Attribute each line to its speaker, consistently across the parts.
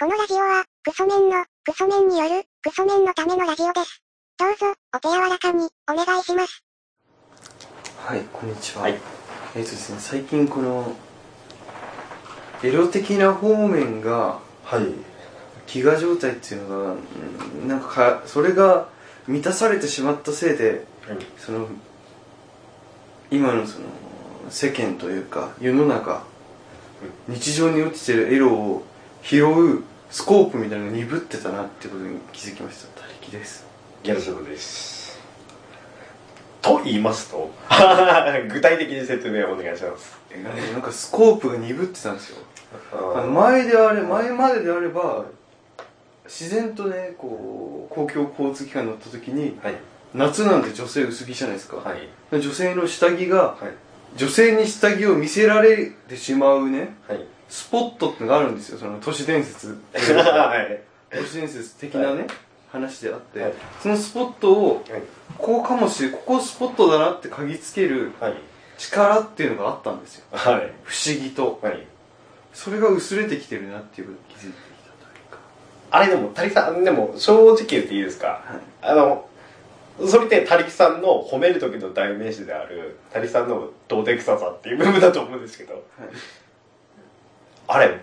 Speaker 1: このラジオは、クソメンの、クソメンによる、クソメンのためのラジオです。どうぞ、お手柔らかに、お願いします。
Speaker 2: はい、こんにちは。
Speaker 3: はい
Speaker 2: えっ、とですね、最近この、エロ的な方面が、
Speaker 3: はい。
Speaker 2: 飢餓状態っていうのが、うんなんかか、それが満たされてしまったせいで、その、今のその、世間というか、世の中、日常に落ちてるエロを拾うスコープみたいなのが鈍ってたなってことに気づきました。他力です。
Speaker 3: ギャルソロです。と言いますと、 具体的に説明をお願いします。
Speaker 2: えなんかスコープが鈍ってたんですよ。あの
Speaker 3: は
Speaker 2: 前であれ前までであれば自然とねこう公共交通機関に乗った時に
Speaker 3: い。
Speaker 2: 夏なんて女性薄着じゃないですか、
Speaker 3: はい。
Speaker 2: 女性の下着が
Speaker 3: はい。
Speaker 2: 女性に下着を見せられてしまうね
Speaker 3: はい。
Speaker 2: スポットってのがあるんですよその都市伝 説
Speaker 3: はい。
Speaker 2: 都市伝説的なね、話であって、
Speaker 3: はい
Speaker 2: そのスポットを
Speaker 3: はい。
Speaker 2: こうかもしれここスポットだなって嗅ぎつける
Speaker 3: はい。
Speaker 2: 力っていうのがあったんですよ
Speaker 3: はい。
Speaker 2: 不思議と
Speaker 3: はい。
Speaker 2: それが薄れてきてるなっていうことに気づいてきたというか
Speaker 3: あれでも、たりさん、でも、正直言っていいですか
Speaker 2: はい
Speaker 3: あの、それって、たりきさんの褒める時の代名詞である、たりさんのどでくささっていう部分だと思うんですけど、
Speaker 2: はい
Speaker 3: あれ、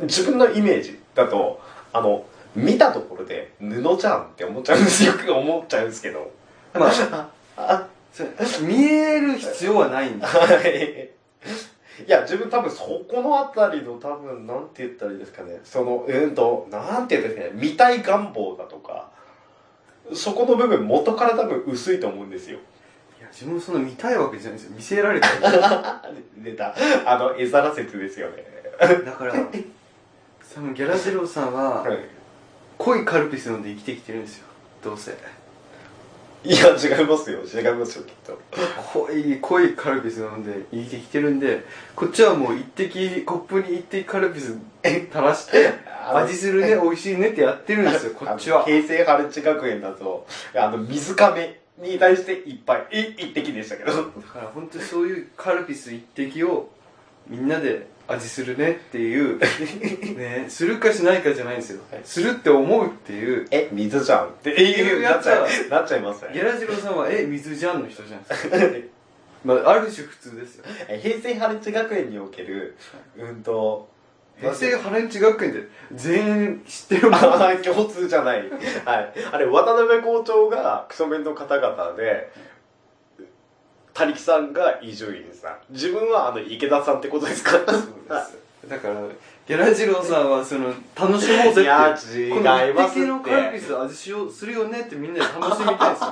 Speaker 3: 自分のイメージだと、あの、見たところで、布じゃんって思っちゃうんですよ。思っちゃうんですけど。
Speaker 2: まあ
Speaker 3: あ、
Speaker 2: それ見える必要はないんだ
Speaker 3: はい。いや、自分多分そこのあたりの多分、なんて言ったらいいですかね。その、うーんと、なんて言うんですかね。見たい願望だとか、そこの部分元から多分薄いと思うんですよ。
Speaker 2: いや自分もそんな見たいわけじゃないんですよ見せられたん ですよ
Speaker 3: あ出た。あの、絵皿説ですよね。
Speaker 2: だからそのギャラゼロさん
Speaker 3: は
Speaker 2: は濃いカルピス飲んで生きてきてるんですよどうせ
Speaker 3: い。いや、違いますよ。違いますよ、きっと。
Speaker 2: 濃い濃いカルピス飲んで生きてきてるんでこっちはもう一滴コップに一滴カルピス垂らして
Speaker 3: あの
Speaker 2: 味するね美味しいねってやってるんですよこっち
Speaker 3: あの
Speaker 2: は
Speaker 3: 平成春地学園だと、あの、水亀に対していっぱい、え、一滴でしたけど。
Speaker 2: だから本当にそういうカルピス一滴をみんなで味するねって いう、ね、するかしないかじゃないんですよ、
Speaker 3: はい
Speaker 2: するって思うっていう
Speaker 3: え、水じゃんっていうなっちゃい、なっちゃいます
Speaker 2: ギ
Speaker 3: ね。
Speaker 2: ャラジロさんは、え、水じゃんの人じゃないですか。まあ、ある種普通ですよ。
Speaker 3: 平成春地学園における、うんと、
Speaker 2: 平成ハレンチ学園で全員知ってるもん。
Speaker 3: あー 共通じゃない。はい。あれ、渡辺校長がクソメンの方々で、他力さんが伊集院さん。自分はあの池田さんってことです
Speaker 2: で
Speaker 3: か
Speaker 2: す。だから、ギャラジロさんは、その、楽しもうぜって。
Speaker 3: いや違いますっ
Speaker 2: この一滴
Speaker 3: て
Speaker 2: のカルピス味しよう、するよねってみんなで楽しみたいです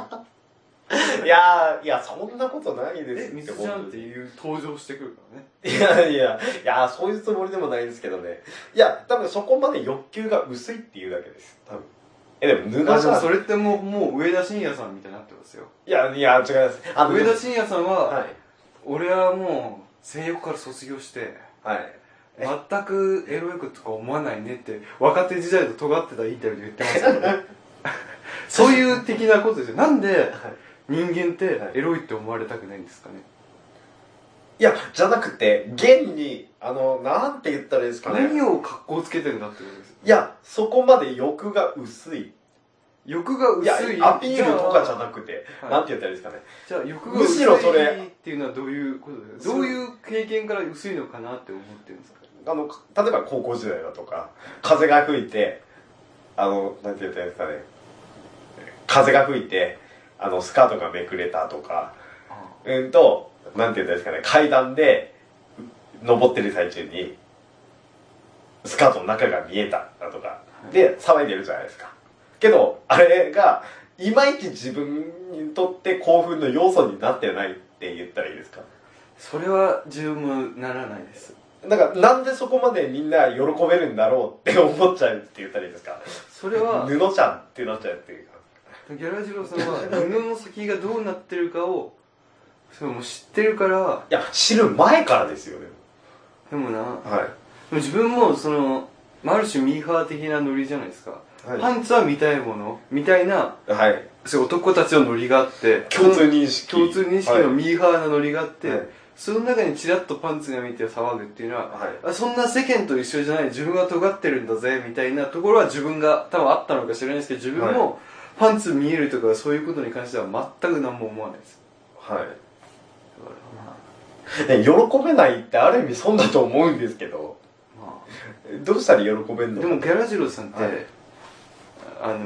Speaker 2: よ。
Speaker 3: いやー、いや、そんなことない で
Speaker 2: え、
Speaker 3: す
Speaker 2: 水じゃんっていう登場してくるからね。
Speaker 3: いやいや、いや、そういうつもりでもないですけどね。いや、多分そこまで欲求が薄いっていうだけです。多分。え、でも、布
Speaker 2: あ、
Speaker 3: じ
Speaker 2: で
Speaker 3: ゃ
Speaker 2: も
Speaker 3: ん
Speaker 2: そ。れってもう、もう上田晋也さんみたいになってますよ。
Speaker 3: いや、いや、違います。あ
Speaker 2: 上田晋也さんは、
Speaker 3: はい。
Speaker 2: 俺はもう、性欲から卒業して、
Speaker 3: はい。
Speaker 2: 全くエロいこととか思わないねって若手時代と尖ってたインタビューで言ってましたけど、ね、 そういう的なことですよなんで人間ってエロいって思われたくないんですかね
Speaker 3: いや、じゃなくて、現に、あの、なんて言ったらいいですか
Speaker 2: 何
Speaker 3: ね。
Speaker 2: を格好つけてんだってことですよ
Speaker 3: いや、そこまで欲が薄い。
Speaker 2: 欲が
Speaker 3: いや
Speaker 2: 薄い、
Speaker 3: アピールとかじゃなくて、
Speaker 2: はい
Speaker 3: なんて言ったらいいですかね。
Speaker 2: じゃあ欲が
Speaker 3: む
Speaker 2: 薄
Speaker 3: し
Speaker 2: い
Speaker 3: ろそれ
Speaker 2: っていうのはどういうことですかどういう経験から薄いのかなって思ってるんですか
Speaker 3: あの、例えば高校時代だとか、風が吹いて、あの、なんて言ったらいいですかね。風が吹いて、あの、スカートがめくれたとか、うんと、なんて言ったらいいですかね、階段で、登ってる最中に、スカートの中が見えただとか、で、騒いでるじゃないですか。けど、あれが、いまいち自分にとって興奮の要素になってないって言ったらいいですか。
Speaker 2: それは自分もならないです
Speaker 3: なんか、なんでそこまでみんな喜べるんだろうって思っちゃうって言ったらいいですか。
Speaker 2: それは
Speaker 3: 布ちゃんってなっちゃうっていうか。
Speaker 2: ギャラジロさんは布の先がどうなってるかをそれもう知ってるから
Speaker 3: いや、知る前からですよね。
Speaker 2: でもな
Speaker 3: は
Speaker 2: 自分もそのある種ミーハー的なノリじゃないですか、
Speaker 3: はい。
Speaker 2: パンツは見たいものみたいない
Speaker 3: はい。
Speaker 2: そういう男たちのノリがあって
Speaker 3: 共通認識。
Speaker 2: 共通認識のミーハーなノリがあって、
Speaker 3: はい
Speaker 2: その中にチラッとパンツが見て騒ぐっていうのは、
Speaker 3: はい
Speaker 2: あそんな世間と一緒じゃない自分は尖ってるんだぜみたいなところは自分が多分あったのか知らないですけど自分もパンツ見えるとかそういうことに関しては全く何も思わないです
Speaker 3: はい
Speaker 2: だからま
Speaker 3: で喜べないってある意味損だと思うんですけど
Speaker 2: あまあ
Speaker 3: どうしたら喜べんの
Speaker 2: でもギャラジローさんって、
Speaker 3: はい
Speaker 2: あの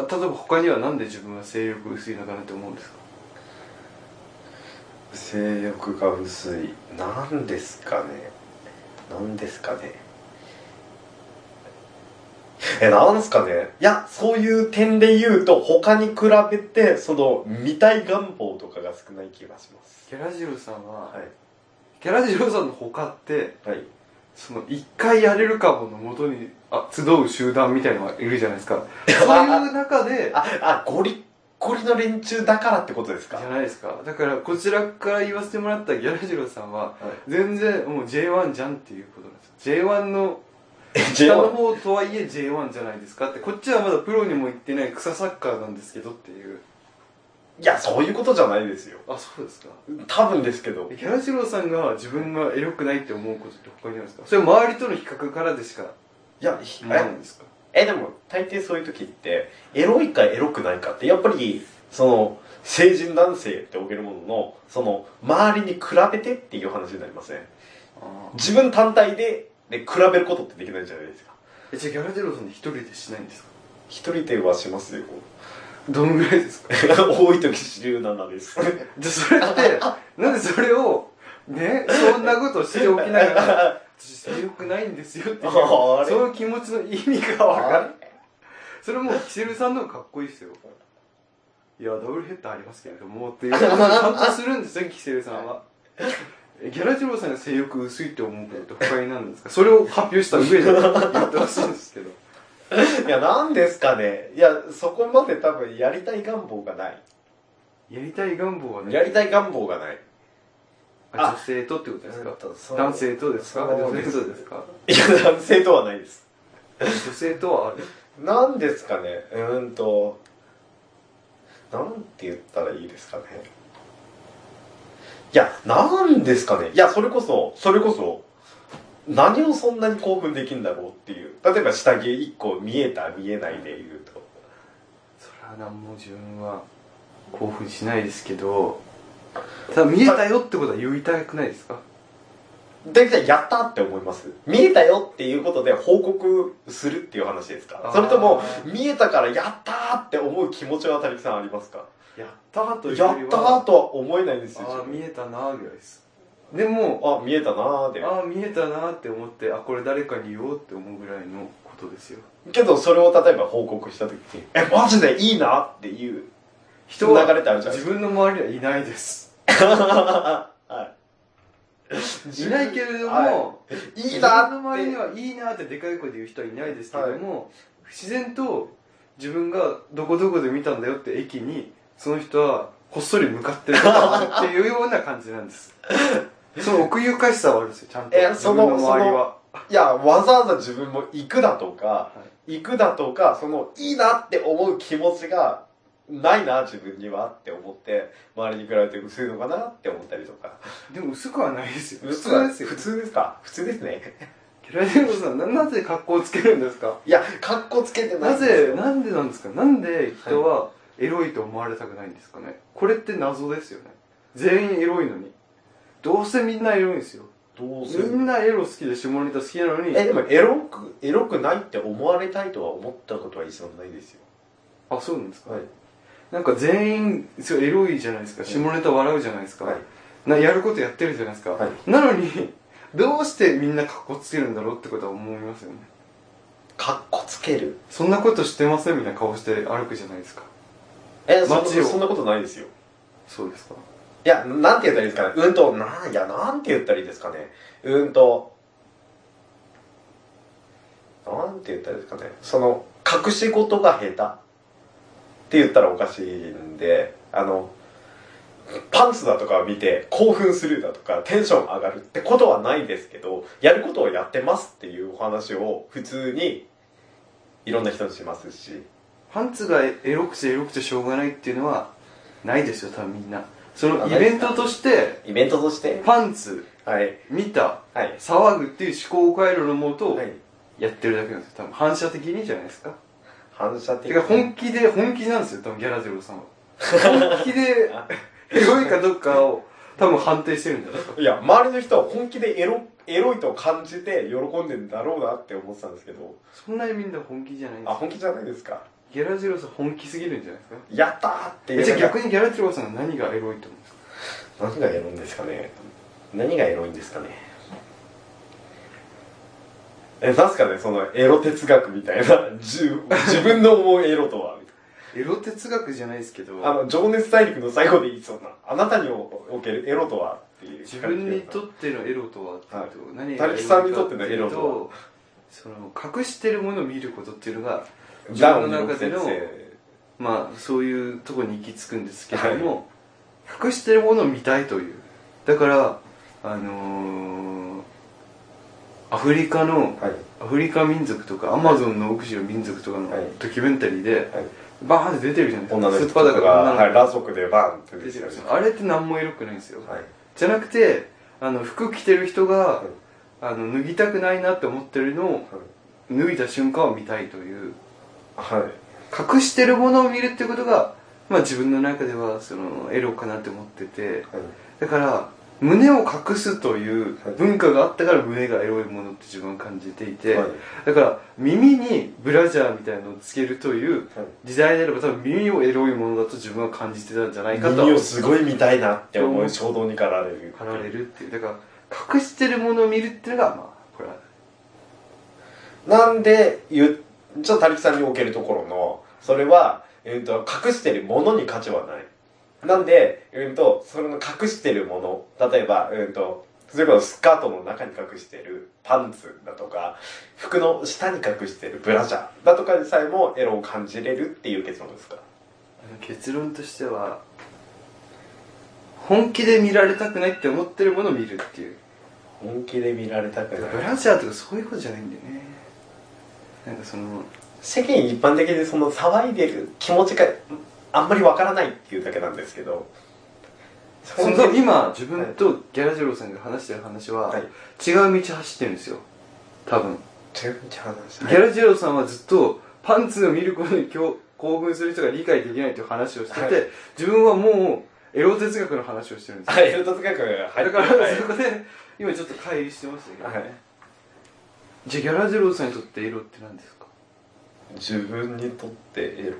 Speaker 2: あ例えば他にはなんで自分は性欲薄いのかなって思うんですか
Speaker 3: 性欲が薄いなんですかねなんですかねえなんですかねいやそういう点で言うと他に比べてその見たい願望とかが少ない気がします
Speaker 2: ギャラジローさんは、
Speaker 3: はい
Speaker 2: ギャラジローさんの他って
Speaker 3: はい
Speaker 2: その一回やれるかものもとにあ集う集団みたいのがいるじゃないです かそういう中で
Speaker 3: ああゴリッゴリの連中だからってことです
Speaker 2: じ
Speaker 3: か
Speaker 2: ゃないですかだからこちらから言わせてもらったギャラジローさんは
Speaker 3: はい
Speaker 2: 全然もう J1 じゃんっていうことなんですよ J1 の
Speaker 3: え
Speaker 2: 下の
Speaker 3: J1
Speaker 2: 方とはいえ J1 じゃないですかってこっちはまだプロにも行ってない草サッカーなんですけどっていう
Speaker 3: いやそういうことじゃないですよ
Speaker 2: あそうですか
Speaker 3: 多分ですけど
Speaker 2: ギャラジローさんが自分がエロくないって思うことって他にあるんですかそれ周りとの比較からでしか
Speaker 3: いやひ
Speaker 2: ないんですか
Speaker 3: えでも大抵そういう時ってエロいかエロくないかってやっぱりその成人男性っておけるもののその周りに比べてっていう話になりません
Speaker 2: あ
Speaker 3: 自分単体でで比べることってできないじゃないですか
Speaker 2: えじゃあギャラジローさんって一人でしないんですか
Speaker 3: 一人ではしますよ
Speaker 2: どのぐらいですか
Speaker 3: 多い時17です
Speaker 2: じゃあそれってなんでそれをねそんなことをしておきながら私性欲ないんですよっていう
Speaker 3: あれ
Speaker 2: その気持ちの意味がわかるそれもうキセルさんの方がかっこいいですよいやダブルヘッダーありますけれどもっていうことをちゃんとするんですよキセルさんはえギャラジローさんが性欲薄いって思うことって他に何なんですかそれを発表した上で言ってほしいんですけど
Speaker 3: いや何ですかねいやそこまで多分やりたい願望がない
Speaker 2: やりたい願望はね
Speaker 3: やりたい願望がない
Speaker 2: あ女性とってことですか
Speaker 3: そう
Speaker 2: 男性とですか
Speaker 3: そう
Speaker 2: 女性
Speaker 3: で
Speaker 2: と
Speaker 3: す
Speaker 2: ですか
Speaker 3: いや男性とはないです
Speaker 2: 女性とはある
Speaker 3: なんですかねうーんとなんて言ったらいいですかねいやなんですかねいやそれこそそれこそ何をそんなに興奮できるんだろうっていう例えば下着1個見えた見えないで言うと
Speaker 2: それは何も自分は興奮しないですけどただ見えたよってことは言いたくないですか
Speaker 3: 大体やったって思います見えたよっていうことで報告するっていう話ですか
Speaker 2: あー
Speaker 3: それとも見えたからやったーって思う気持ちはたりさんありますか
Speaker 2: やったーという
Speaker 3: や
Speaker 2: より
Speaker 3: ったー
Speaker 2: は
Speaker 3: とは思えないんですよ
Speaker 2: ああ
Speaker 3: 自分
Speaker 2: 見えたなーぐらいですでも
Speaker 3: あ見えたなーで
Speaker 2: ああ見えたなーって思ってあこれ誰かに言おうって思うぐらいのことですよ
Speaker 3: けどそれを例えば報告した時に「えマジでいいな」っていう
Speaker 2: 人は
Speaker 3: 流れってあるじゃない
Speaker 2: 自分の周りにはいないです
Speaker 3: はい
Speaker 2: いないけれども、
Speaker 3: いいいな
Speaker 2: 自分の周りに
Speaker 3: ーって
Speaker 2: はいいなってでかい声で言う人はいないですけども、自然と自分がどこどこで見たんだよって駅にその人はこっそり向かってるっていうような感じなんです その奥ゆかしさはあるんですよちゃんと
Speaker 3: えその
Speaker 2: 自分の周りはい
Speaker 3: やわざわざ自分も行くだとか行くだとかそのいいなって思う気持ちがないな自分にはって思って周りに比べて薄いのかなって思ったりとか
Speaker 2: でも薄くはないですよ
Speaker 3: 薄は
Speaker 2: 普通ですよ
Speaker 3: 普通ですか普通ですね
Speaker 2: キラジロさんななぜ格好をつけるんですか
Speaker 3: いや格好つけてない
Speaker 2: なん
Speaker 3: です
Speaker 2: ぜ
Speaker 3: よ
Speaker 2: なんでなんですかなんで人はエロいと思われたくないんですかねこれって謎ですよね全員エロいのにどうせみんなエロいんですよ
Speaker 3: どうする
Speaker 2: みんなエロ好きで下ネタ好きなのに
Speaker 3: えでもエロくエロくないって思われたいとは思ったことは一度もないですよ
Speaker 2: あそうなんですか、
Speaker 3: はい
Speaker 2: なんか全員そうエロいじゃないですか
Speaker 3: はい
Speaker 2: 下ネタ笑うじゃないですか、
Speaker 3: はい
Speaker 2: なやることやってるじゃないですか、
Speaker 3: はい
Speaker 2: なのにどうしてみんな格好つけるんだろうってことは思いますよね
Speaker 3: かっこつける
Speaker 2: そんなことしてませんみたいな顔して歩くじゃないですか
Speaker 3: えそん
Speaker 2: 街を
Speaker 3: そんなことないですよ
Speaker 2: そうですか
Speaker 3: いやなんて言ったらいいですかねうんとなんいやなんて言ったらいいですかねうんとなんて言ったらいいですかねその隠し事が下手って言ったらおかしいんであのパンツだとかを見て興奮するだとかテンション上がるってことはないですけどやることをやってますっていうお話を普通にいろんな人にしますし
Speaker 2: パンツがエロくてエロくてしょうがないっていうのはないですよ多分みんなそのイベントとして
Speaker 3: イベントとして
Speaker 2: パンツ
Speaker 3: はい
Speaker 2: 見た
Speaker 3: はい
Speaker 2: 騒ぐっていう思考回路のもと
Speaker 3: はい
Speaker 2: やってるだけなんですよ多分反射的にじゃないですか
Speaker 3: 反射的
Speaker 2: てか本気で本気なんですよ多分ギャラゼロさんは本気 でエロいかどうかを多分判定してるんじゃないですか
Speaker 3: いや周りの人は本気でエロエロいと感じて喜んでんだろうなって思ってたんですけど
Speaker 2: そんなにみんな本気じゃないんで
Speaker 3: あ
Speaker 2: す
Speaker 3: 本気じゃないですか
Speaker 2: ギャラゼロさん本気すぎるんじゃないですか
Speaker 3: やったーって
Speaker 2: えじゃあ
Speaker 3: 逆
Speaker 2: 逆にギャラゼロさんは何がエロいと思うんですか
Speaker 3: 何がエロいんですかね何がエロいんですかねえなんすかねそのエロ哲学みたいな自自分の思うエロとは
Speaker 2: エロ哲学じゃないですけど
Speaker 3: あの情熱大陸の最後で言いそうなあなたにおけるエロとはっていう
Speaker 2: 自分にとってのエロとはっていうと、何
Speaker 3: たぬきさんにとってのエロ
Speaker 2: と
Speaker 3: とは
Speaker 2: その隠してるものを見ることっていうのが自
Speaker 3: ダウ
Speaker 2: 分
Speaker 3: ン
Speaker 2: の
Speaker 3: の
Speaker 2: 中で
Speaker 3: 先
Speaker 2: の
Speaker 3: 生
Speaker 2: まあそういうとこに行き着くんですけども、隠してるものを見たいというだからあのーアフリカの
Speaker 3: はい
Speaker 2: アフリカ民族とかアマゾンの奥地の民族とかの
Speaker 3: はい
Speaker 2: ドキュメンタリーで
Speaker 3: はい
Speaker 2: バーンって出てるじゃないです
Speaker 3: 女
Speaker 2: か
Speaker 3: の
Speaker 2: ス
Speaker 3: 人
Speaker 2: ーパ
Speaker 3: とか
Speaker 2: ーだから女の子
Speaker 3: はい、裸族でバンって
Speaker 2: 出
Speaker 3: 出
Speaker 2: て
Speaker 3: て
Speaker 2: る
Speaker 3: き
Speaker 2: じゃない
Speaker 3: たりしま
Speaker 2: ですかあれって何もエロくないんですよ
Speaker 3: すはい
Speaker 2: じゃなくてあの服着てる人が、
Speaker 3: うん
Speaker 2: あの脱ぎたくないなって思ってるのを脱いだ瞬間を見たいという
Speaker 3: はい
Speaker 2: 隠してるものを見るってことが、まあ、自分の中ではそのエロかなって思っててだから胸を隠すという文化があったから胸がエロいものって自分は感じていて、
Speaker 3: はい
Speaker 2: だから耳にブラジャーみたいなのをつけるという時代であれば多分耳をエロいものだと自分は感じてたんじゃないかと
Speaker 3: 耳をすごい見たいなって思う衝動に駆られる
Speaker 2: 貼られるっていうだから隠してるものを見るっていうのがまあこれは
Speaker 3: なんでゆちょっとたりきさんにおけるところのそれは、えー、と隠してるものに価値はないなんで、えー、とその隠してるもの例えば、えー、とそれこそスカートの中に隠してるパンツだとか服の下に隠してるブラジャーだとかでさえもエロを感じれるっていう結論ですか
Speaker 2: あの結論としては本気で見られたくないって思ってるものを見るっていう
Speaker 3: 本気で見られたく
Speaker 2: ブ
Speaker 3: ない
Speaker 2: ラジャーとかそういうことじゃないんだよねなんかその
Speaker 3: 世間一般的にその騒いでる気持ちがあんまりわからないっていうだけなんですけど
Speaker 2: その今自分とギャラジローさんが話してる話は、
Speaker 3: はい
Speaker 2: 違う道走ってるんですよ多分、
Speaker 3: 全然話し
Speaker 2: ギャラジローさんはずっとパンツを見ることに興興奮する人が理解できないという話をしてて、
Speaker 3: はい
Speaker 2: 自分はもうエロ哲学の話をしてるんですよ
Speaker 3: はい、エルト塚君が入
Speaker 2: だ
Speaker 3: って
Speaker 2: から
Speaker 3: はい
Speaker 2: そこで今ちょっと乖離してましたけどね、
Speaker 3: はい
Speaker 2: じゃあギャラジェローさんにとってエロって何ですか
Speaker 3: 自分にとってエロ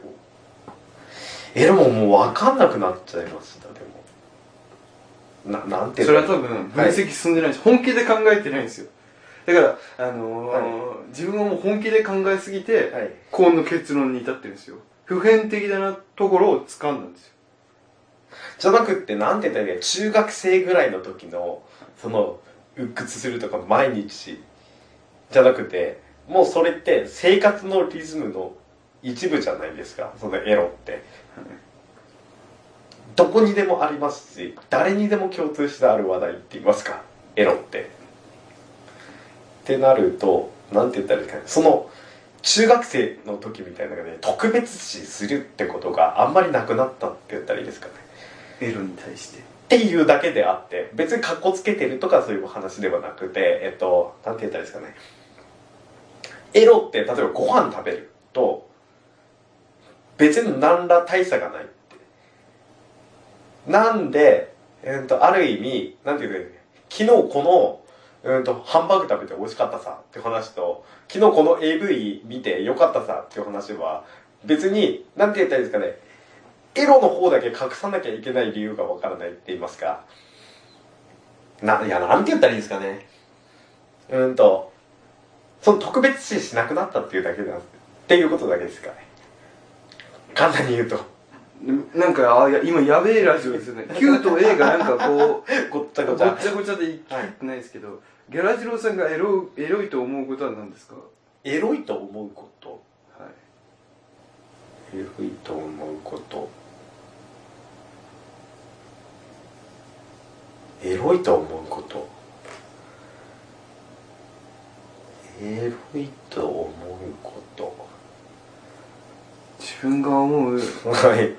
Speaker 3: エロももう分かんなくなっちゃいましたでもななんてい
Speaker 2: そうれ
Speaker 3: の
Speaker 2: は多分分
Speaker 3: はい
Speaker 2: 析進んでないし、本気で考えてないんですよだからあのー自分はもう本気で考えすぎて、
Speaker 3: はい
Speaker 2: この結論に至ってるんですよ普遍的なところを掴んだんですよ
Speaker 3: じゃなくってなんて言ったらいいか中学生ぐらいの時のその鬱屈するとか毎日じゃなくてもうそれって生活のリズムの一部じゃないですかそのエロってどこにでもありますし誰にでも共通してある話題って言いますかエロってってなるとなんて言ったらいいですかねその中学生の時みたいなのがね特別視するってことがあんまりなくなったって言ったらいいですかね
Speaker 2: エロに対して
Speaker 3: っていうだけであって別にかっこつけてるとかそういう話ではなくてえっとなんて言ったらいいですかねエロって例えばご飯食べると別に何ら大差がないってなんで、えっとある意味なんて言うかね昨日この、うん、とハンバーグ食べて美味しかったさって話と昨日この AV 見てよかったさっていう話は別になんて言ったらいいですかねエロの方だけ隠さなきゃいけない理由がわからないって言いますか。な、いや、なんて言ったらいいんですかね。うーんと、その特別視しなくなったっていうだけなんっていうことだけですかね。簡単に言うと。
Speaker 2: なんかあいや今やべえラジオですよ ね Q と A がなんかこ う
Speaker 3: ごっちゃ
Speaker 2: ご
Speaker 3: ご
Speaker 2: っ
Speaker 3: ちゃ。
Speaker 2: ちゃごちゃで言ってないですけど、ギャラジローさんがエロエロいと思うことは何ですか
Speaker 3: エロいと思うこと。
Speaker 2: はい
Speaker 3: エロいと思うこと。エロいと思うこと。エロいと思うこと。
Speaker 2: 自分が思う
Speaker 3: はい。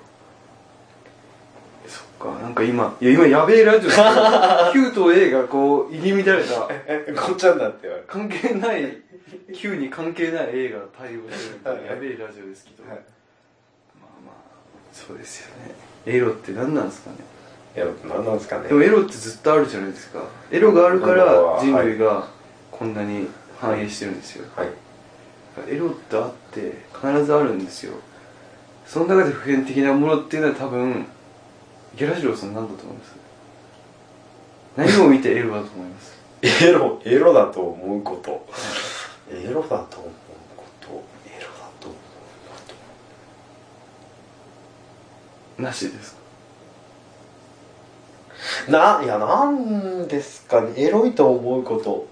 Speaker 2: そっかなんか今いや今やべえラジオ だ Q と A がこう入り乱れた
Speaker 3: え、こっちゃんだって言われ
Speaker 2: 関係ない Q に関係ない A が対応してるみたいなやべえラジオですけど、
Speaker 3: はい
Speaker 2: まあまあそうですよねエロって何なんですかね
Speaker 3: て。いや、何なんですかね
Speaker 2: で。もエロってずっとあるじゃないですかエロがあるか
Speaker 3: エ
Speaker 2: ら
Speaker 3: ロは
Speaker 2: 人類がこんなに繁栄してるんですよ、
Speaker 3: はい。
Speaker 2: エロってあって必ずあるんですよその中で普遍的なものっていうのは多分ゲラシロウさん何だと思います何を見てエロだと思います
Speaker 3: エロ、エロだと思うこと。エロだと思うこと。エロだと思うこと。
Speaker 2: なしですか
Speaker 3: な、いや、なんですかね、エロいと思うこと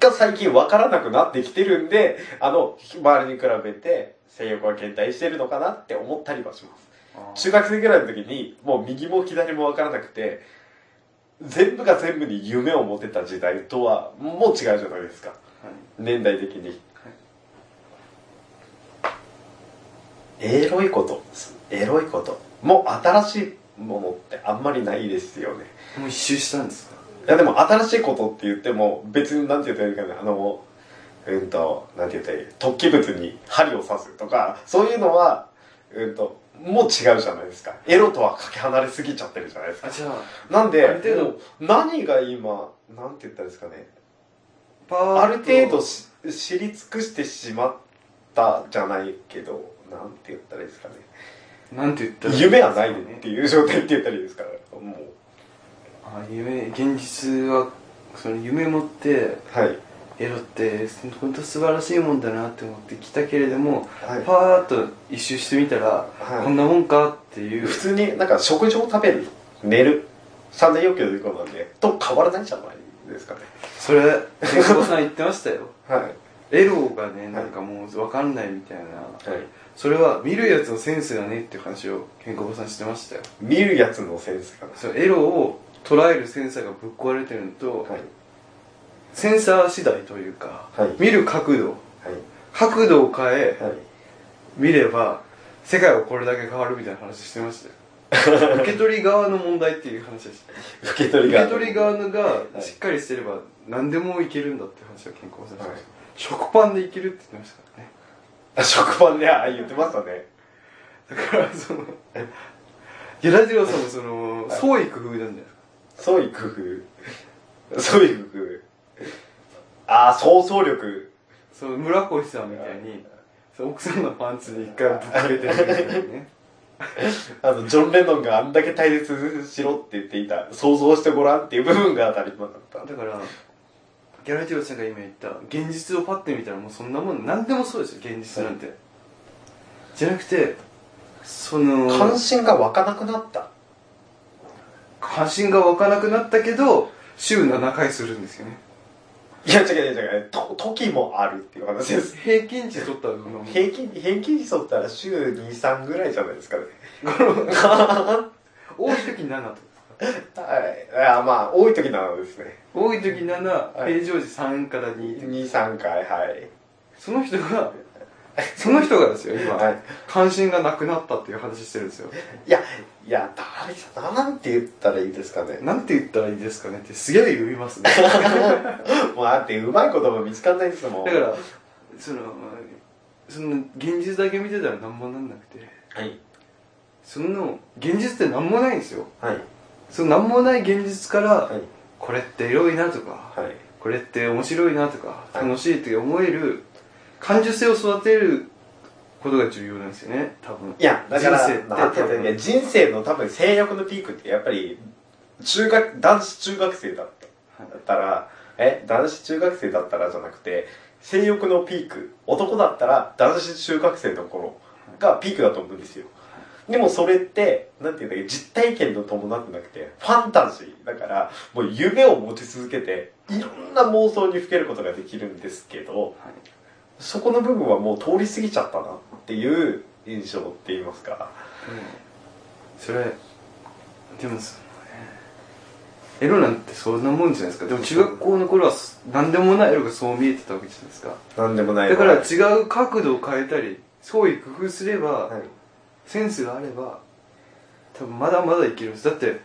Speaker 3: が最近わからなくなってきてるんで、あの、周りに比べて性欲は減退してるのかなって思ったりはします。中学生ぐらいの時に、もう右も左もわからなくて、全部が全部に夢を持てた時代とは、もう違うじゃないですか。
Speaker 2: はい
Speaker 3: 年代的に。エロいこと、エロいこと。もう新しいものってあんまりないですよね。
Speaker 2: もう一周したんですか
Speaker 3: いやでも新しいことって言っても別になんて言ったらいいかなあのうんとなんて言ったらいい突起物に針を刺すとかそういうのはうんともう違うじゃないですかエロとはかけ離れすぎちゃってるじゃないですか
Speaker 2: あじゃあ
Speaker 3: なんで
Speaker 2: ある程度
Speaker 3: もう何が今なんて言ったらいいですかね
Speaker 2: パー
Speaker 3: ある程度し知り尽くしてしまったじゃないけどなんて言ったらいいですかね
Speaker 2: なんて言ったら
Speaker 3: 夢はないっていう状態って言ったらいいですからもう
Speaker 2: あ夢現実はその夢持って
Speaker 3: はい
Speaker 2: エロって本当素晴らしいもんだなって思ってきたけれども、
Speaker 3: はい
Speaker 2: パーッと一周してみたら、
Speaker 3: はい
Speaker 2: こんなもんかっていう
Speaker 3: 普通になんか食事を食べる寝る三大欲求の一個なんでと変わらないじゃないですかね
Speaker 2: それ健康さん言ってましたよ
Speaker 3: はい
Speaker 2: エロがねなんかもう分かんないみたいな
Speaker 3: はい
Speaker 2: それは見るやつのセンスだねっていう話を健康さんしてましたよ
Speaker 3: 見るやつのセンスか
Speaker 2: そのエロを捉えるセンサーがぶっ壊れてるのと、
Speaker 3: なはい
Speaker 2: センサー次第というか、
Speaker 3: はい
Speaker 2: 見る角度
Speaker 3: はい
Speaker 2: 角度を変え
Speaker 3: はい
Speaker 2: 見れば世界はこれだけ変わるみたいな話してましたよ受け取り側の問題っていう話でした
Speaker 3: 受け取り
Speaker 2: 受
Speaker 3: が
Speaker 2: け取り側のが
Speaker 3: い
Speaker 2: しっかりしてれば何でもいけるんだって話を健康さんしてま
Speaker 3: は
Speaker 2: し
Speaker 3: い
Speaker 2: た、食パンでいけるって言ってましたからね
Speaker 3: あ食パンであ言ってましたね
Speaker 2: だからそのゲラジロさんもその創意工夫なんじゃないですか
Speaker 3: 創意工夫創意工夫ああ想像力
Speaker 2: その村越さんみたいにその奥さんのパンツに一回ぶっかけてみたいなね
Speaker 3: あのジョン・レノンがあんだけ大切しろって言っていた想像してごらんっていう部分が当たり前だった
Speaker 2: だからギャラジロさんが今言った現実をパッて見たらもうそんなもん何でもそうですよ現実なんて、じゃなくてその
Speaker 3: 関心が湧かなくなった
Speaker 2: 関心が湧かなくなったけど週7回するんですよね
Speaker 3: いや違う違う違うと時もあるっていう話です
Speaker 2: 平均値取ったらどんなもん
Speaker 3: 平均平均時取ったら週23ぐらいじゃないですかね
Speaker 2: 多い時7とか
Speaker 3: はいあまあ多い時なのですね
Speaker 2: 多い時7、
Speaker 3: はい
Speaker 2: 平常時3から2って
Speaker 3: 23回はい
Speaker 2: その人がその人がですよ今、
Speaker 3: はい
Speaker 2: 関心がなくなったっていう話してるんですよ
Speaker 3: いやいや誰だなんて言ったらいいですかね
Speaker 2: なんて言ったらいいですかねってすげえ言いますね
Speaker 3: もうだってうまい言葉見つかんないですもん
Speaker 2: だからそのその現実だけ見てたら何もなんなくて
Speaker 3: はい
Speaker 2: その現実って何もないんですよ
Speaker 3: はい
Speaker 2: その何もない現実から、
Speaker 3: はい
Speaker 2: これってエロいなとか、
Speaker 3: はい
Speaker 2: これって面白いなとか
Speaker 3: はい
Speaker 2: 楽しいって思える感受性を育てることが重要なんですよね多分
Speaker 3: いやだから
Speaker 2: 人生って
Speaker 3: なんて言ったらいいか人生の多分性欲のピークってやっぱり中学男子中学生だっただったら、え、男子中学生だったらじゃなくて、性欲のピーク、男だったら男子中学生の頃がピークだと思うんですよ。でもそれって、なんていうんだっけ、実体験の伴ってなくて、ファンタジーだから、もう夢を持ち続けて、いろんな妄想にふけることができるんですけど、
Speaker 2: はい
Speaker 3: そこの部分はもう通り過ぎちゃったなっていう印象って言いますか。
Speaker 2: でもそれでもそのねエロなんてそんなもんじゃないですかでも中学校の頃は何でもないエロがそう見えてたわけじゃないですか
Speaker 3: なんでもない
Speaker 2: だから
Speaker 3: はい、
Speaker 2: 違う角度を変えたり創意工夫すれば、センスがあれば多分まだまだいけるんですだって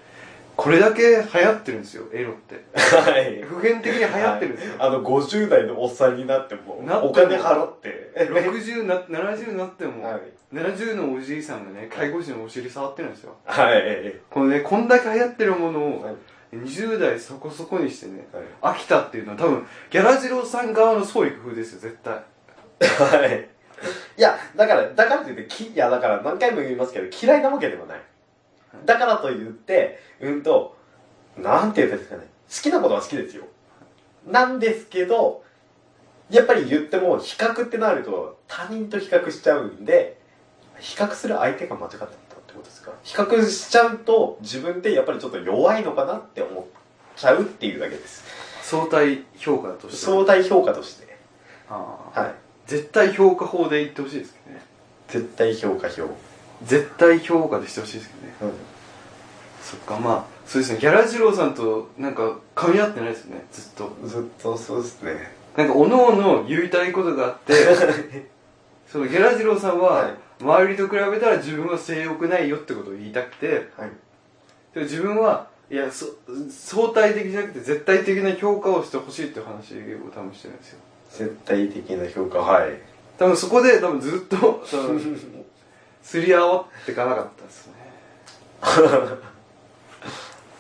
Speaker 2: これだけ流行ってるんですよエロって
Speaker 3: はい
Speaker 2: 普遍的に 流行ってるんですよ、
Speaker 3: あの50代のおっさんになっても
Speaker 2: なっても
Speaker 3: お金払って
Speaker 2: 60な70になっても、
Speaker 3: はい
Speaker 2: 70のおじいさんがね介護士のお尻触ってるんですよ
Speaker 3: はい
Speaker 2: このねこんだけ流行ってるもの
Speaker 3: はい
Speaker 2: を20代そこそこにしてね、
Speaker 3: はい
Speaker 2: 飽きたっていうのは多分ギャラジローさん側の創意工夫ですよ絶対
Speaker 3: はいいやだからだからといってきいやだから何回も言いますけど嫌いなわけではないだからといってうんとなんて言うんですかね好きなことは好きですよなんですけどやっぱり言っても比較ってなると他人と比較しちゃうんで比較する相手が間違ってたってことですか比較しちゃうと自分ってやっぱりちょっと弱いのかなって思っちゃうっていうだけです
Speaker 2: 相対評価として
Speaker 3: 相対評価として
Speaker 2: あー
Speaker 3: はい
Speaker 2: 絶対評価法で言ってほしいですけどね
Speaker 3: 絶対評価表
Speaker 2: 絶対評価でしてほしいですけどねそっかまあそうですねギャラジローさんとなんか噛み合ってないですねずっと
Speaker 3: ずっとそうですね
Speaker 2: なんかおのおの言いたいことがあって そのギャラジローさん
Speaker 3: は
Speaker 2: はい周りと比べたら自分は性欲ないよってことを言いたくて
Speaker 3: はい
Speaker 2: でも自分はいやそ相対的じゃなくて絶対的な評価をしてほしいって話を多分してるんですよ
Speaker 3: 絶対的な評価はい
Speaker 2: 多分そこで多分ずっと 多分すり合わってかなかった ですね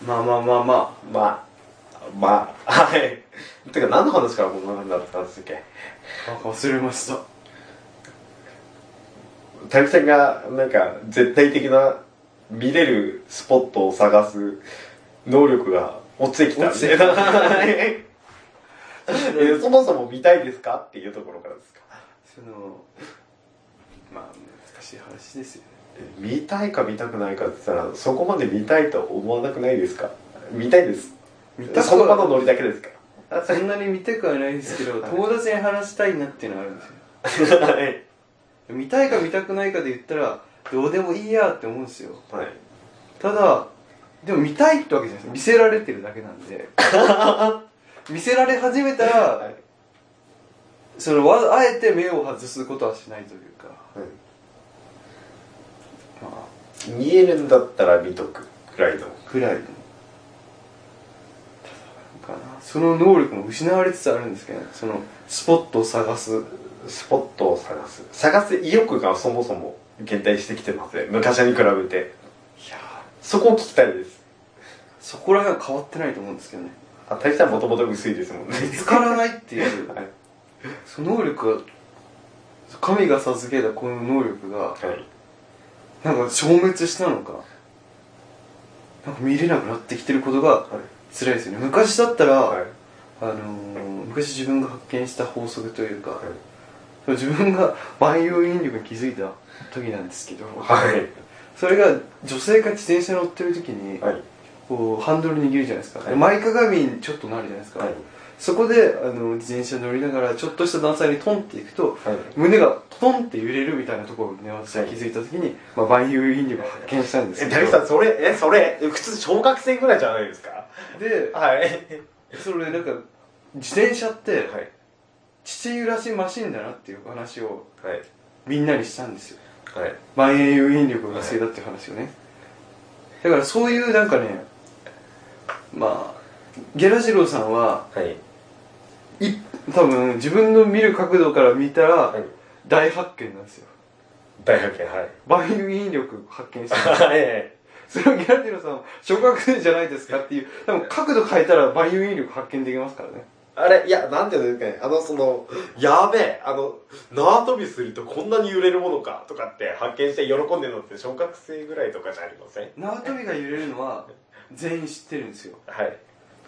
Speaker 2: まあまあまあま
Speaker 3: まあまあはいてか何の話からこんなになったんですっけ
Speaker 2: あなんか忘れました
Speaker 3: たくさんがなんか絶対的な見れるスポットを探す能力が落ちてきたん
Speaker 2: 落ちて
Speaker 3: で
Speaker 2: きた
Speaker 3: はいえそもそも見たいですかっていうところからですか
Speaker 2: そのまあ難しい話ですよね
Speaker 3: え見たいか見たくないかって言ったらそこまで見たいと思わなくないですか見たいです
Speaker 2: 見たくは
Speaker 3: その場のノリだけですか
Speaker 2: そんなに見たくはないですけど友達に話したいなっていうのはあるんですよ
Speaker 3: はい
Speaker 2: 見たいか見たくないかで言ったらどうでもいいやって思うんですよ
Speaker 3: はい
Speaker 2: ただでも見たいってわけじゃないです見せられてるだけなん で見せられ始めたらそのわあえて目を外すことはしないというか、まあ、
Speaker 3: 見えるんだったら見とくくらいの
Speaker 2: くらいのただなんかなその能力も失われつつあるんですけどねそのスポットを探す
Speaker 3: スポットを探す探す意欲がそもそも減退してきてますね昔に比べて
Speaker 2: いやー
Speaker 3: そこを聞きたいです
Speaker 2: そこら辺は変わってないと思うんですけどね
Speaker 3: あ大したもともと薄いですもんね
Speaker 2: 見つからないっていう
Speaker 3: はい、はい、
Speaker 2: その能力が神が授けたこの能力がなんか消滅したのかなんか見れなくなってきてることが辛いですよね昔だったら、
Speaker 3: はいはい
Speaker 2: あのー昔自分が発見した法則というか、自分が 万有引力に気づいた時なんですけど、
Speaker 3: はい
Speaker 2: それが女性が自転車に乗ってる時に、
Speaker 3: はい
Speaker 2: こうハンドル握るじゃないですか、
Speaker 3: はい
Speaker 2: で前かがみにちょっとなるじゃないですか、
Speaker 3: はい
Speaker 2: そこであの自転車乗りながらちょっとした段差にトンっていくと、
Speaker 3: はい
Speaker 2: 胸がトンって揺れるみたいなところにね私は気づいた時に、まあ、万有引力を発見したんです
Speaker 3: え
Speaker 2: けど
Speaker 3: 大さんそれえそれえ普通小学生ぐらいじゃないですか
Speaker 2: で
Speaker 3: はい
Speaker 2: それなんか自転車って
Speaker 3: はい
Speaker 2: 父揺らしマシンだなっていう話を
Speaker 3: はい
Speaker 2: みんなにしたんですよ
Speaker 3: はい
Speaker 2: 万有引力が正だっていう話をね、だからそういうなんかねまあゲラジローさんは
Speaker 3: はい
Speaker 2: い多分自分の見る角度から見たら
Speaker 3: はい
Speaker 2: 大発見なんですよ
Speaker 3: 大発見はい
Speaker 2: 万有引力を発見した
Speaker 3: はい
Speaker 2: それをギャラティロさんは小学生じゃないですかっていう多分角度変えたら万有引力発見できますからね
Speaker 3: あれいや、なんていうんですかね。あの、その、やべえ、あの、縄跳びするとこんなに揺れるものか、とかって発見して喜んでるのって小学生ぐらいとかじゃありません
Speaker 2: 縄跳びが揺れるのは全員知ってるんですよ
Speaker 3: はい。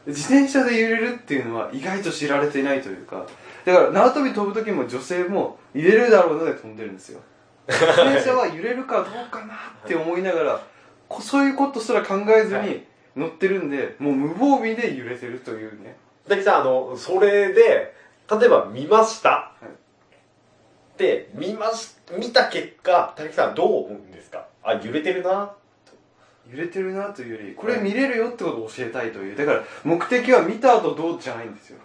Speaker 2: 自転車で揺れるっていうのは意外と知られていないというかだから縄跳び飛ぶ時も女性も揺れるだろうなで飛んでるんですよ自転車は揺れるかどうかなって思いながらこそういうことすら考えず
Speaker 3: は
Speaker 2: に乗ってるんでもう無防備で揺れてるというね
Speaker 3: だけどさん、あの、それで、例えば見ました。で、見まし、見た結果、た木さんどう思うんですかあ、揺れてるな。
Speaker 2: 揺れてるなというよりこれ見れるよってことを教えたいというだから目的は見た後どうじゃないんですよ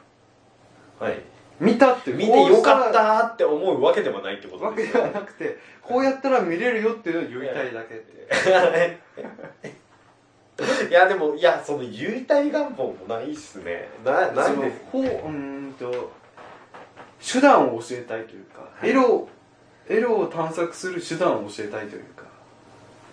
Speaker 3: はい。
Speaker 2: 見たって
Speaker 3: 見てよかった
Speaker 2: こ
Speaker 3: ーって思うわけではないってこ
Speaker 2: うしたら
Speaker 3: と
Speaker 2: わけ
Speaker 3: です
Speaker 2: で
Speaker 3: よ
Speaker 2: は
Speaker 3: ね。
Speaker 2: なくてこうやったら見れるよっていうのを言いたいだけっていう
Speaker 3: はい いやでもいやその言いたい願望もないっすねなないです
Speaker 2: そのほううーんと手段を教えたいというか、
Speaker 3: はい
Speaker 2: エロをエロを探索する手段を教えたいというか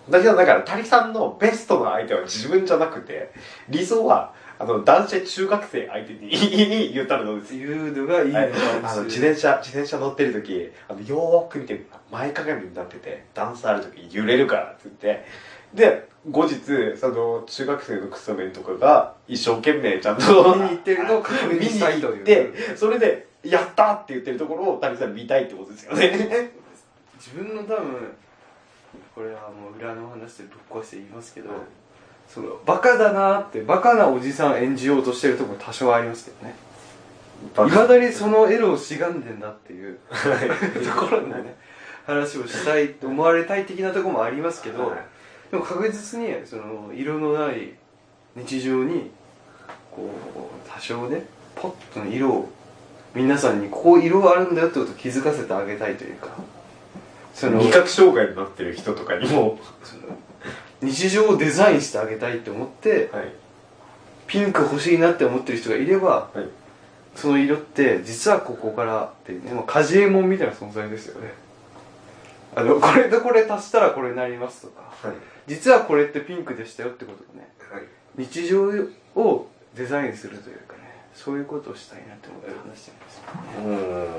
Speaker 3: だけどだから、タリさんのベストな相手は自分じゃなくて、理想は、あの、男性中学生相手に言ったらどうです
Speaker 2: いうのがいいの
Speaker 3: はい
Speaker 2: かも
Speaker 3: あの、自
Speaker 2: しれない
Speaker 3: 転車、自転車乗ってる時、あの、よーく見て、前かがみになってて、段差ある時揺れるからって言って、で、後日、その、中学生のクソメンとかが、一生懸命ちゃんと
Speaker 2: 見に行ってるのを確認したいという
Speaker 3: 見に行って、それで、やったーって言ってるところを、タリさん見たいってことですよね。
Speaker 2: 自分の多分これはもう裏の話でぶっ壊して言いますけど、
Speaker 3: はい
Speaker 2: そのバカだなーってバカなおじさん演じようとしてるところ多少はありますけどねいまだにそのエロをしがんでんだっていう ところのね話をしたいと思われたい的なところもありますけど、
Speaker 3: はい
Speaker 2: でも確実にその色のない日常にこう多少ねポッとの色を皆さんにこう色あるんだよってことを気づかせてあげたいというかその
Speaker 3: 味覚障害になってる人とかにも、
Speaker 2: その日常をデザインしてあげたいって思って
Speaker 3: はい。
Speaker 2: ピンク欲しいなって思ってる人がいれば
Speaker 3: はい。
Speaker 2: その色って実はここからっていうねもうカジエモンみたいな存在ですよねあのこれとこれ足したらこれになりますとか
Speaker 3: はい。
Speaker 2: 実はこれってピンクでしたよってことがね
Speaker 3: はい。
Speaker 2: 日常をデザインするというかねそういうことをしたいなって思って話してます
Speaker 3: うーん。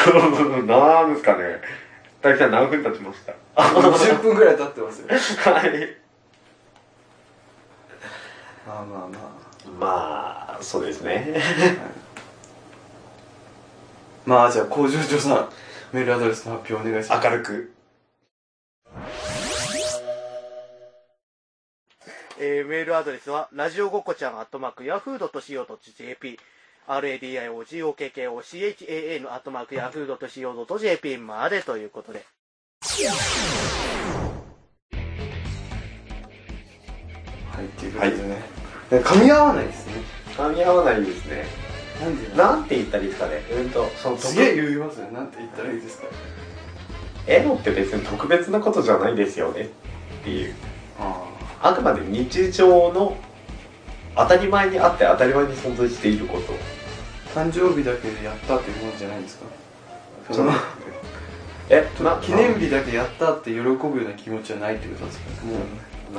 Speaker 3: なんですかね。大体何分経ちました。
Speaker 2: 20分ぐらい経ってますよ
Speaker 3: はい。
Speaker 2: まあまあま
Speaker 3: まあ、そうですね。
Speaker 2: あまあじゃあ工場長さんメールアドレスの発表お願いします
Speaker 3: 明るく。
Speaker 4: えーメールアドレスは、ラジオごこちゃん、アットマーク、ヤフードとしようと JP、radiogokochaa のアットマーク、ヤフードとしようと JP までということで。
Speaker 2: はいっていうことでね、噛み合わないですね
Speaker 3: 噛み合わないですね。
Speaker 2: なんでな
Speaker 3: なんて言ったらいいですかね。うんと、その特
Speaker 2: すげえ言いますよなんて言ったらいいですか
Speaker 3: エロって別に特別なことじゃないですよね。っていう。
Speaker 2: あ
Speaker 3: あくまで日常の当たり前にあって当たり前に存在していること。
Speaker 2: あ誕生日だけでやったっていうもんじゃないんですかその
Speaker 3: え、な、
Speaker 2: 記念日だけやったって喜ぶような気持ちはないってことですかも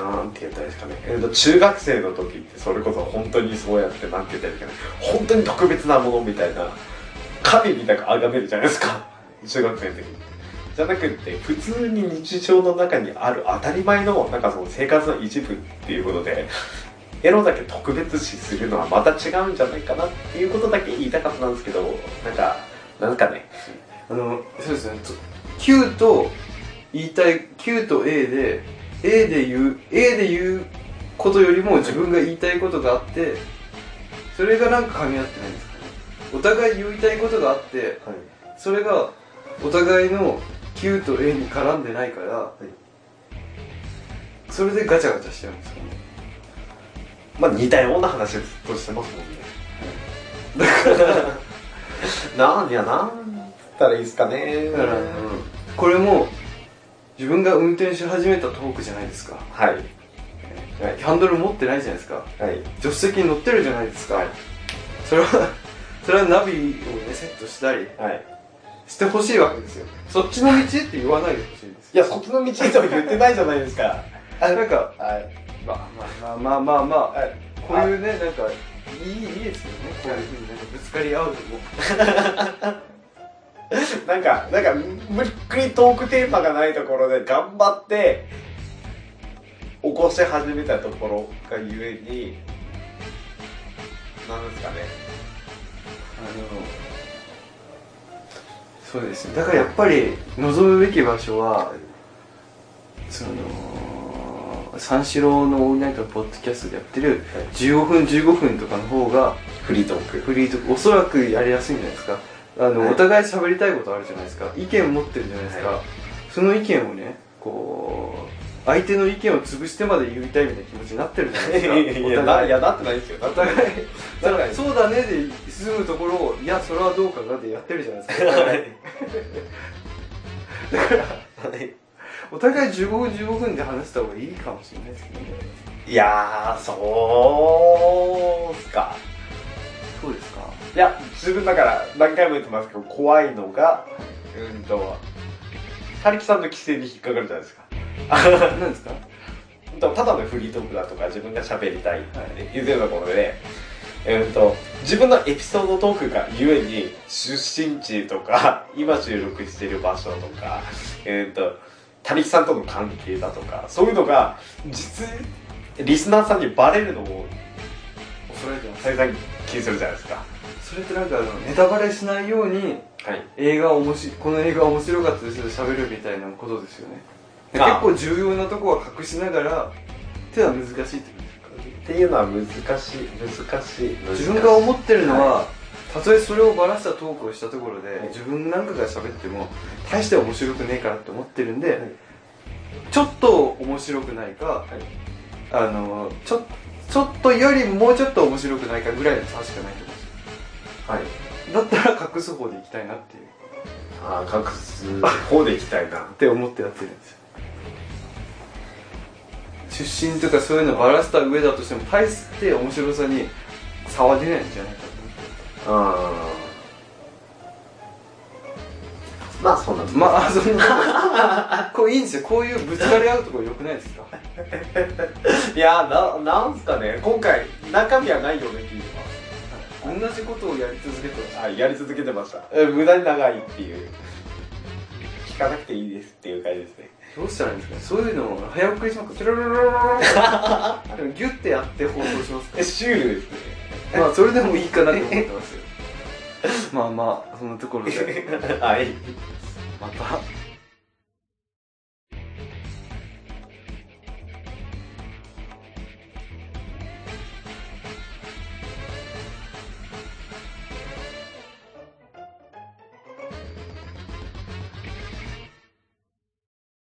Speaker 2: う
Speaker 3: なんて言ったらいいですかね、えーと中学生の時ってそれこそ本当にそうやってなんて言ったらいいですかね本当に特別なものみたいな神みたいな崇めるじゃないです か中学生の時じゃなくって普通に日常の中にある当たり前のなんかその生活の一部っていうことでエロだけ特別視するのはまた違うんじゃないかなっていうことだけ言いたかったんですけどなんかなんかね
Speaker 2: あのそうですねと Q と言いたい Q と A で A で言う A で言うことよりも自分が言いたいことがあってそれがなんか噛み合ってないんですかねお互い言いたいことがあってそれがお互いの Q と A に絡んでないから、それでガチャガチャしてるんですかね
Speaker 3: まあ似たような話ずっとしてますもんね。だから、なん、いや、なんつったらいいですかね。
Speaker 2: だから、これも自分が運転し始めたトークじゃないですか
Speaker 3: はい。はい。
Speaker 2: ハンドル持ってないじゃないですか
Speaker 3: はい。
Speaker 2: 助手席に乗ってるじゃないですか、それは それはナビをねセットしたり
Speaker 3: はい。
Speaker 2: してほしいわけですよそっちの道って言わないでほしいんです
Speaker 3: いや、そっちの道とは言ってないじゃないですか。
Speaker 2: よなんか
Speaker 3: はい。
Speaker 2: まあまあまあまあまあ、まあ
Speaker 3: はい。
Speaker 2: こういうねなんかいいいいですよねこういうふうになんかぶつかり合うのも
Speaker 3: なんか、なんか、無理っくりトークテーマがないところで頑張って、起こし始めたところがゆえに、なんですかね。
Speaker 2: あのそうですねだからやっぱり望むべき場所はその三四郎のオールナイトのポッドキャストでやってる
Speaker 3: はい
Speaker 2: 15分15分とかの方が
Speaker 3: フリートーク。
Speaker 2: フリートークおそらくやりやすいんじゃないですかあの、
Speaker 3: はい
Speaker 2: お互い喋りたいことあるじゃないですか意見持ってるじゃないですか、
Speaker 3: は
Speaker 2: その意見をねこう相手の意見を潰してまで言いたいみたいな気持ちになってるじゃないですか
Speaker 3: いや、
Speaker 2: お
Speaker 3: な
Speaker 2: 互
Speaker 3: い
Speaker 2: い
Speaker 3: や、なってないですよ。な
Speaker 2: お
Speaker 3: ってない
Speaker 2: 互い
Speaker 3: だから
Speaker 2: そうだねで進むところをいやそれはどうかなでやってるじゃないですかお 互い
Speaker 3: はい。
Speaker 2: お互い15分15分で話した方がいいかもしれないですけどね
Speaker 3: いやーそうっすか
Speaker 2: そうですか
Speaker 3: いや自分だから何回も言ってますけど怖いのがうんと春樹さんの規制に引っかかるじゃないですか
Speaker 2: 何ですか
Speaker 3: うんとただのフリートークだとか自分が喋りたいって言ってるところで、うんと自分のエピソードトークがゆえに出身地とか 今収録してる場所とか、うんと他力さんとの関係だとかそういうのが実リスナーさんにバレるのを
Speaker 2: 恐れてま
Speaker 3: 再三気にするじゃないですか。
Speaker 2: それってなんかあのネタバレしないように
Speaker 3: はい、
Speaker 2: 映画面白いこの映画面白かったですよ喋るみたいなことですよねで結
Speaker 3: あ
Speaker 2: 構重要なとこは隠しながら手は難しいってことですか
Speaker 3: っていうのは難しい難しい
Speaker 2: 自分が思
Speaker 3: っ
Speaker 2: ってるのは、たとえそれをバラしたトークをしたところで、
Speaker 3: はい
Speaker 2: 自分なんかが喋っても大して面白くねえかなって思ってるんで、
Speaker 3: はい
Speaker 2: ちょっと面白くないか、あのちょちょっとよりもうちょっと面白くないかぐらいの差しかないと思
Speaker 3: はい
Speaker 2: うんですよだったら隠す方でいきたいなっていう
Speaker 3: あー隠す方でいきたいな
Speaker 2: って思ってやってるんですよ出身とかそういうのバラした上だとしても大して面白さに差は出ないんじゃないかと
Speaker 3: あーまあそんな
Speaker 2: まああそんなこういいんですよこういうぶつかり合うところよくないですか
Speaker 3: いやななんすかね今回中身はないよね聞いて
Speaker 2: 同じことをやり続けてます
Speaker 3: あやり続けてましたえ無駄に長いっていう聞かなくていいですっていう感じですね
Speaker 2: どうしたらいいんですかそういうのを早送りしますかテロロロロロロでもギュッてやって放送しますか
Speaker 3: えシュールですね
Speaker 2: まあそれでもいいかなと思って ますよまあまあそんなところで
Speaker 3: はい
Speaker 2: また